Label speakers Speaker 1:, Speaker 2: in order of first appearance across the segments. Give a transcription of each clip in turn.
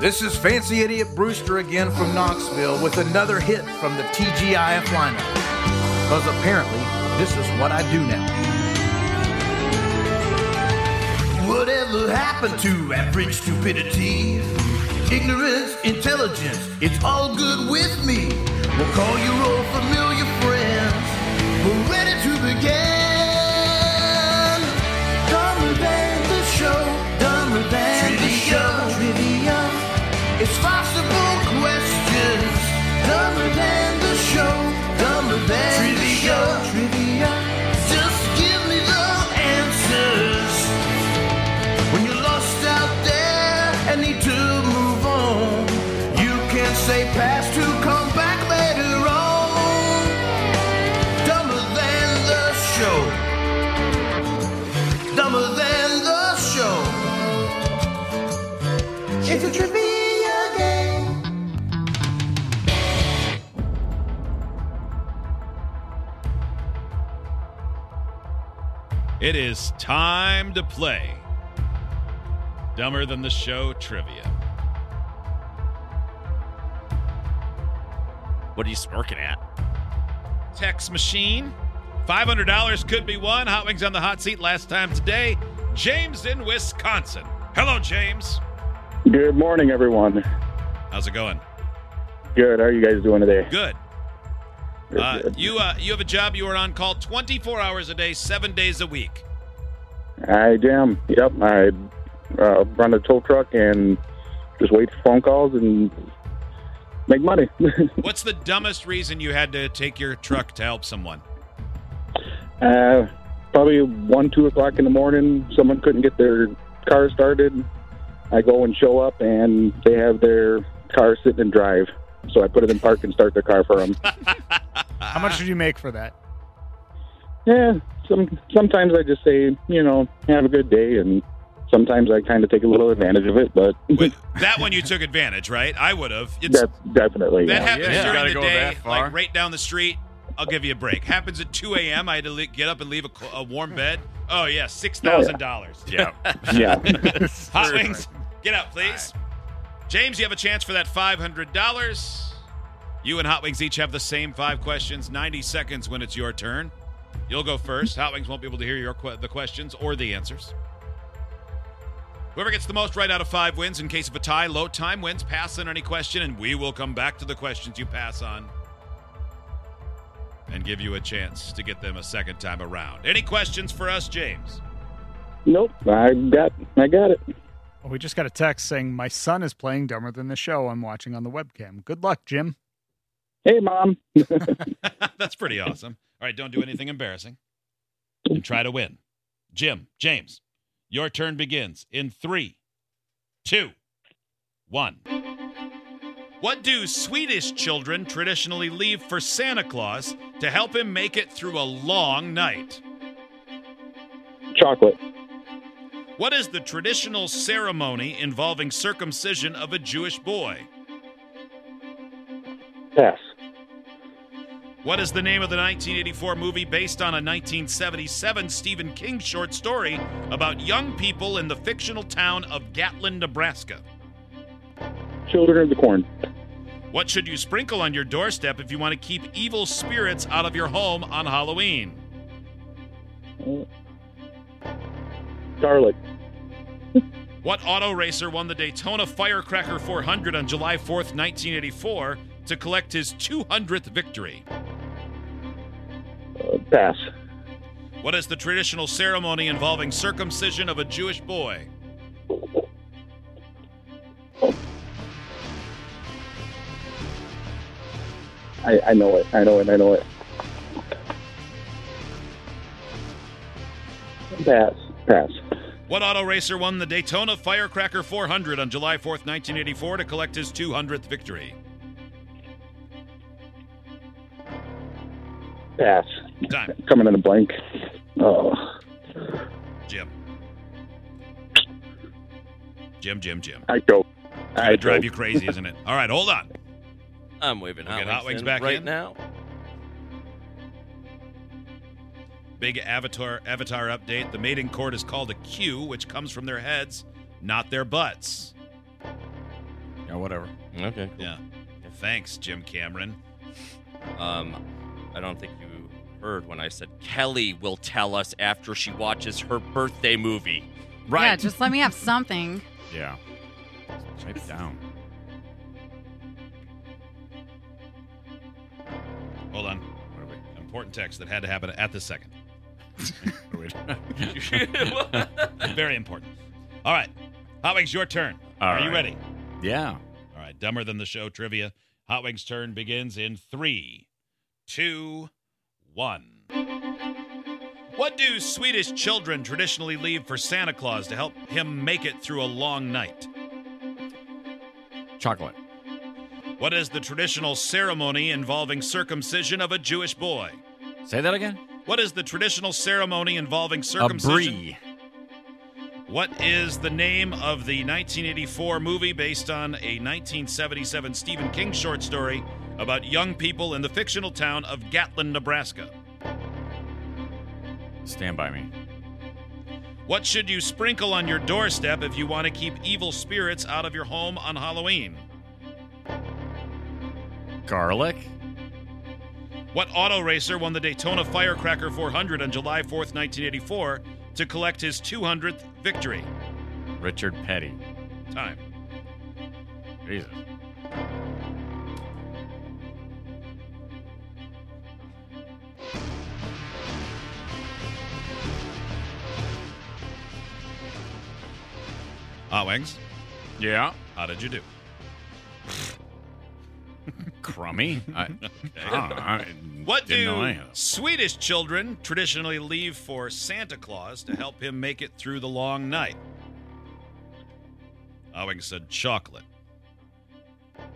Speaker 1: This is Fancy Idiot Brewster again from Knoxville with another hit from the TGIF lineup. Because apparently, this is what I do now. Whatever happened to average stupidity? Ignorance, intelligence, it's all good with me. We'll call your old familiar friends. We're ready to begin. Dumber than the show, dumber than the show. Trivia. It's possible questions. Dumber than the show. Dumber than the show. Trivia. Just give me the answers. When you're lost out there and need to move on, you can say past to come back later on. Dumber than the show. Dumber than the show. It's a trivia game.
Speaker 2: It is time to play Dumber Than the Show Trivia.
Speaker 3: What are you smirking at?
Speaker 2: Text machine. $500 could be won. Hot Wings on the hot seat last time today. James in Wisconsin. Hello, James.
Speaker 4: Good morning, everyone.
Speaker 2: How's it going?
Speaker 4: Good. How are you guys doing today?
Speaker 2: Good. Uh, you uh, you have a job. You are on call 24 hours a day, seven days a week.
Speaker 4: I am. Yep. I uh, run a tow truck and just wait for phone calls and make money.
Speaker 2: What's the dumbest reason you had to take your truck to help someone?
Speaker 4: uh, probably one, two o'clock in the morning. Someone couldn't get their car started. I go and show up, and they have their car sitting in drive. So I put it in park and start their car for them.
Speaker 5: How much did you make for that?
Speaker 4: yeah. Some sometimes I just say, you know, have a good day, and sometimes I kind of take a little advantage of it. But
Speaker 2: With that one, you took advantage, right? I would have. It's
Speaker 4: def- definitely,
Speaker 2: That
Speaker 4: yeah.
Speaker 2: happens
Speaker 3: Yeah. You
Speaker 2: during
Speaker 3: gotta
Speaker 2: the
Speaker 3: go
Speaker 2: day,
Speaker 3: that far.
Speaker 2: like right down the street. I'll give you a break. Happens at 2 a.m. I had to le- get up and leave a, cl- a warm bed. Oh yeah, six thousand dollars.
Speaker 3: Yeah.
Speaker 4: yeah.
Speaker 2: Hot wings, get up, please. James, you have a chance for that five hundred dollars. You and Hot Wings each have the same five questions. Ninety seconds when it's your turn. You'll go first. Hot Wings won't be able to hear your que- the questions or the answers. Whoever gets the most right out of five wins. In case of a tie, low time wins. Pass on any question, and we will come back to the questions you pass on and give you a chance to get them a second time around. Any questions for us, James?
Speaker 4: Nope. I got. I got it.
Speaker 5: Well, we just got a text saying my son is playing dumber than the show I'm watching on the webcam. Good luck, Jim.
Speaker 4: Hey, mom.
Speaker 2: That's pretty awesome. All right, don't do anything embarrassing and try to win. Jim, James, your turn begins in three, two, one. What do Swedish children traditionally leave for Santa Claus to help him make it through a long night?
Speaker 4: Chocolate.
Speaker 2: What is the traditional ceremony involving circumcision of a Jewish boy?
Speaker 4: Pass.
Speaker 2: What is the name of the 1984 movie based on a 1977 Stephen King short story about young people in the fictional town of Gatlin, Nebraska?
Speaker 4: Children of the corn.
Speaker 2: What should you sprinkle on your doorstep if you want to keep evil spirits out of your home on Halloween?
Speaker 4: Garlic.
Speaker 2: What auto racer won the Daytona Firecracker 400 on July 4th, 1984 to collect his 200th victory?
Speaker 4: Uh, pass.
Speaker 2: What is the traditional ceremony involving circumcision of a Jewish boy?
Speaker 4: I, I know it. I know it. I know it. Pass. Pass.
Speaker 2: What auto racer won the Daytona Firecracker 400 on July 4th, 1984 to collect his 200th victory?
Speaker 4: Pass.
Speaker 2: Time,
Speaker 4: Coming in a blank. Oh,
Speaker 2: Jim. Jim, Jim, Jim.
Speaker 4: I go. I
Speaker 2: I drive
Speaker 4: go.
Speaker 2: you crazy, isn't it? All right, hold on.
Speaker 3: I'm waving
Speaker 2: We'll
Speaker 3: hot
Speaker 2: get
Speaker 3: wings,
Speaker 2: hot wings
Speaker 3: in
Speaker 2: back
Speaker 3: right
Speaker 2: in.
Speaker 3: now.
Speaker 2: Big avatar avatar update. The mating cord is called a cue, which comes from their heads, not their butts.
Speaker 6: Yeah, whatever.
Speaker 3: Okay.
Speaker 2: Yeah. Thanks, Jim Cameron.
Speaker 3: Um, I don't think you heard when I said Kelly will tell us after she watches her birthday movie.
Speaker 7: Yeah, just let me have something.
Speaker 6: Yeah. Type down.
Speaker 2: Hold on. Important text that had to happen at the second.
Speaker 6: Wait.
Speaker 2: Very important. All right. Hot Wings, your turn.
Speaker 6: All
Speaker 2: Are you
Speaker 6: right.
Speaker 2: ready?
Speaker 6: yeah.
Speaker 2: All right. Dumber than the show trivia. Hot Wings' turn begins in three, two, one. What do Swedish children traditionally leave for Santa Claus to help him make it through a long night?
Speaker 6: Chocolate.
Speaker 2: What is the traditional ceremony involving circumcision of a Jewish boy?
Speaker 6: Say that again.
Speaker 2: What is the traditional ceremony involving
Speaker 6: A
Speaker 2: circumcision?
Speaker 6: brie.
Speaker 2: What is the name of the 1984 movie based on a 1977 Stephen King short story about young people in the fictional town of Gatlin, Nebraska?
Speaker 6: Stand by me.
Speaker 2: What should you sprinkle on your doorstep if you want to keep evil spirits out of your home on Halloween?
Speaker 6: Garlic.
Speaker 2: What auto racer won the Daytona Firecracker 400 on July 4th, 1984 to collect his 200th victory?
Speaker 6: Richard Petty.
Speaker 2: Time.
Speaker 6: Jesus.
Speaker 2: Ah, Wings,
Speaker 6: Yeah.
Speaker 2: how did you do?
Speaker 6: Crummy. I, I don't know. I
Speaker 2: What
Speaker 6: didn't know
Speaker 2: do
Speaker 6: any of this.
Speaker 2: Swedish children traditionally leave for Santa Claus to help him make it through the long night? Owing said chocolate.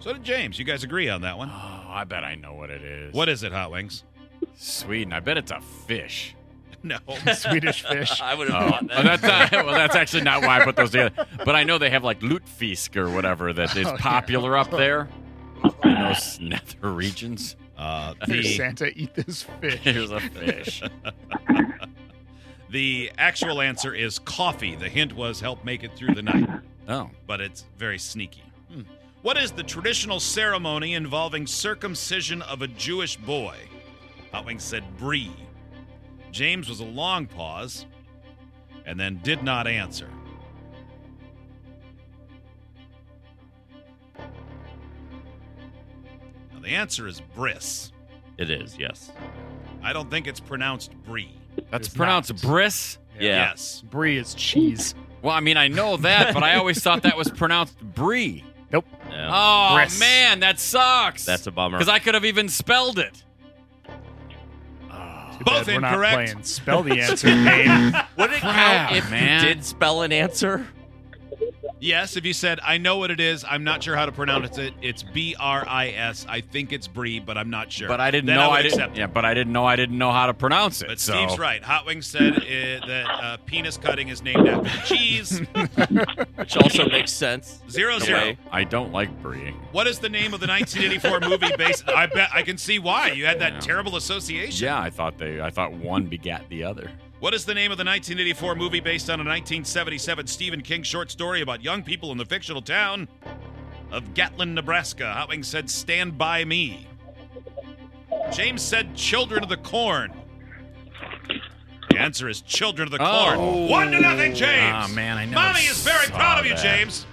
Speaker 2: So did James. You guys agree on that
Speaker 6: Oh,
Speaker 2: one?
Speaker 6: I bet I know what it is.
Speaker 2: What is it, Hot Wings?
Speaker 6: Sweden? I bet it's a fish.
Speaker 2: No.
Speaker 5: Swedish fish.
Speaker 3: I would
Speaker 6: Oh,
Speaker 3: have thought
Speaker 6: Oh,
Speaker 3: that.
Speaker 6: that's not, well, that's actually not why I put those together. But I know they have like lutefisk or whatever that is
Speaker 5: Oh, yeah.
Speaker 6: popular up there in those nether regions.
Speaker 2: Uh, the,
Speaker 5: Here, Santa, eat this fish.
Speaker 6: Here's a fish.
Speaker 2: the actual answer is coffee. The hint was help make it through the night,
Speaker 6: Oh,
Speaker 2: but it's very sneaky. Hmm. What is the traditional ceremony involving circumcision of a Jewish boy? Hot Wings said Bree. James was a long pause and then did not answer. Now, the answer is Briss.
Speaker 3: It is, yes.
Speaker 2: I don't think it's pronounced Bree.
Speaker 6: that's
Speaker 5: It's
Speaker 6: pronounced
Speaker 5: not.
Speaker 6: bris.
Speaker 3: Yeah.
Speaker 2: Yes.
Speaker 5: Brie is cheese.
Speaker 6: Well, I mean, I know that, but I always thought that was pronounced brie.
Speaker 3: Yeah.
Speaker 6: Oh
Speaker 5: Bris.
Speaker 6: man, that sucks.
Speaker 3: That's a bummer.
Speaker 6: because I could have even spelled it.
Speaker 5: Too
Speaker 2: Both
Speaker 5: bad we're not
Speaker 2: incorrect.
Speaker 5: playing. Spell the answer name.
Speaker 3: Would it
Speaker 6: Crap,
Speaker 3: count if
Speaker 6: man.
Speaker 3: you did spell an answer?
Speaker 2: Yes, if you said, I know what it is, I'm not sure how to pronounce it. It's B R I S. I think it's Bree, but I'm not sure.
Speaker 6: But I didn't
Speaker 2: Then
Speaker 6: know
Speaker 2: would
Speaker 6: I, didn't.
Speaker 2: accept it.
Speaker 6: Yeah, but I didn't know I didn't know how to pronounce it.
Speaker 2: But
Speaker 6: so.
Speaker 2: Steve's right. Hot Wings said uh that uh, penis cutting is named after the cheese.
Speaker 3: Which also makes sense.
Speaker 2: zero
Speaker 3: in a
Speaker 2: zero.
Speaker 3: way.
Speaker 6: I don't like brie.
Speaker 2: What is the name of the 1984 movie based? I bet I can see why you had that
Speaker 6: Yeah.
Speaker 2: terrible association.
Speaker 6: Yeah, I thought they. I thought one begat the other.
Speaker 2: What is the name of the 1984 movie based on a 1977 Stephen King short story about young people in the fictional town of Gatlin, Nebraska? Hot Wings said, "Stand by Me." James said, "Children of the Corn." The answer is "Children of the
Speaker 6: Oh.
Speaker 2: Corn." One to nothing, James.
Speaker 6: Ah, man, I never
Speaker 2: Mommy is very
Speaker 6: saw
Speaker 2: proud of you,
Speaker 6: that.
Speaker 2: James.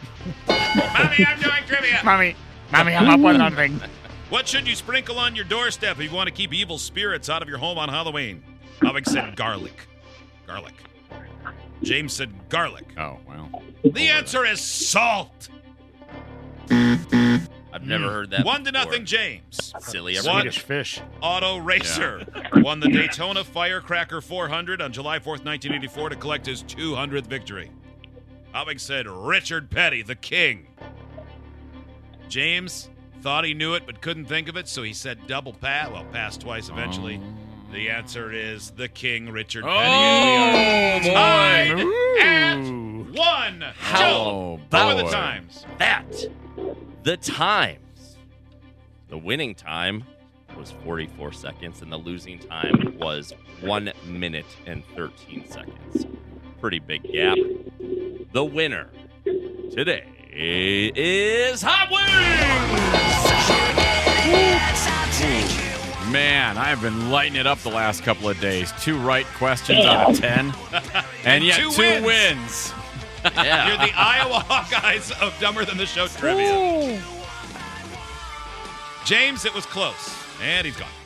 Speaker 2: Mommy, I'm doing trivia.
Speaker 5: mommy, mommy, I'm up with nothing.
Speaker 2: What should you sprinkle on your doorstep if you want to keep evil spirits out of your home on Halloween? Alex said garlic. Garlic. James said garlic.
Speaker 6: Oh well.
Speaker 2: The answer is salt.
Speaker 3: I've
Speaker 6: Hmm.
Speaker 3: never heard that.
Speaker 2: One to
Speaker 3: before.
Speaker 2: nothing, James.
Speaker 3: Silly.
Speaker 2: What?
Speaker 3: everybody.
Speaker 5: Swedish fish.
Speaker 2: Auto Racer won the Daytona Firecracker 400 on July 4th, 1984, to collect his 200th victory. Hobbing said Richard Petty, the king. James thought he knew it but couldn't think of it, so he said double pass. Well, pass twice eventually. The answer is the king, Richard
Speaker 6: Oh,
Speaker 2: Petty. And we are
Speaker 6: boy.
Speaker 2: tied
Speaker 6: Ooh.
Speaker 2: at one.
Speaker 3: How
Speaker 2: Joe, how are the
Speaker 3: boy.
Speaker 2: times?
Speaker 3: that the times the winning time was 44 seconds and the losing time was 1 minute and 13 seconds pretty big gap the winner today is hot
Speaker 6: Man, I've been lighting it up the last couple of days. Two right questions out of ten, and yet
Speaker 2: Two
Speaker 6: Oh. two,
Speaker 2: wins.
Speaker 6: wins.
Speaker 2: You're the Iowa Hawkeyes of Dumber Than the Show trivia. James, it was close. And he's gone.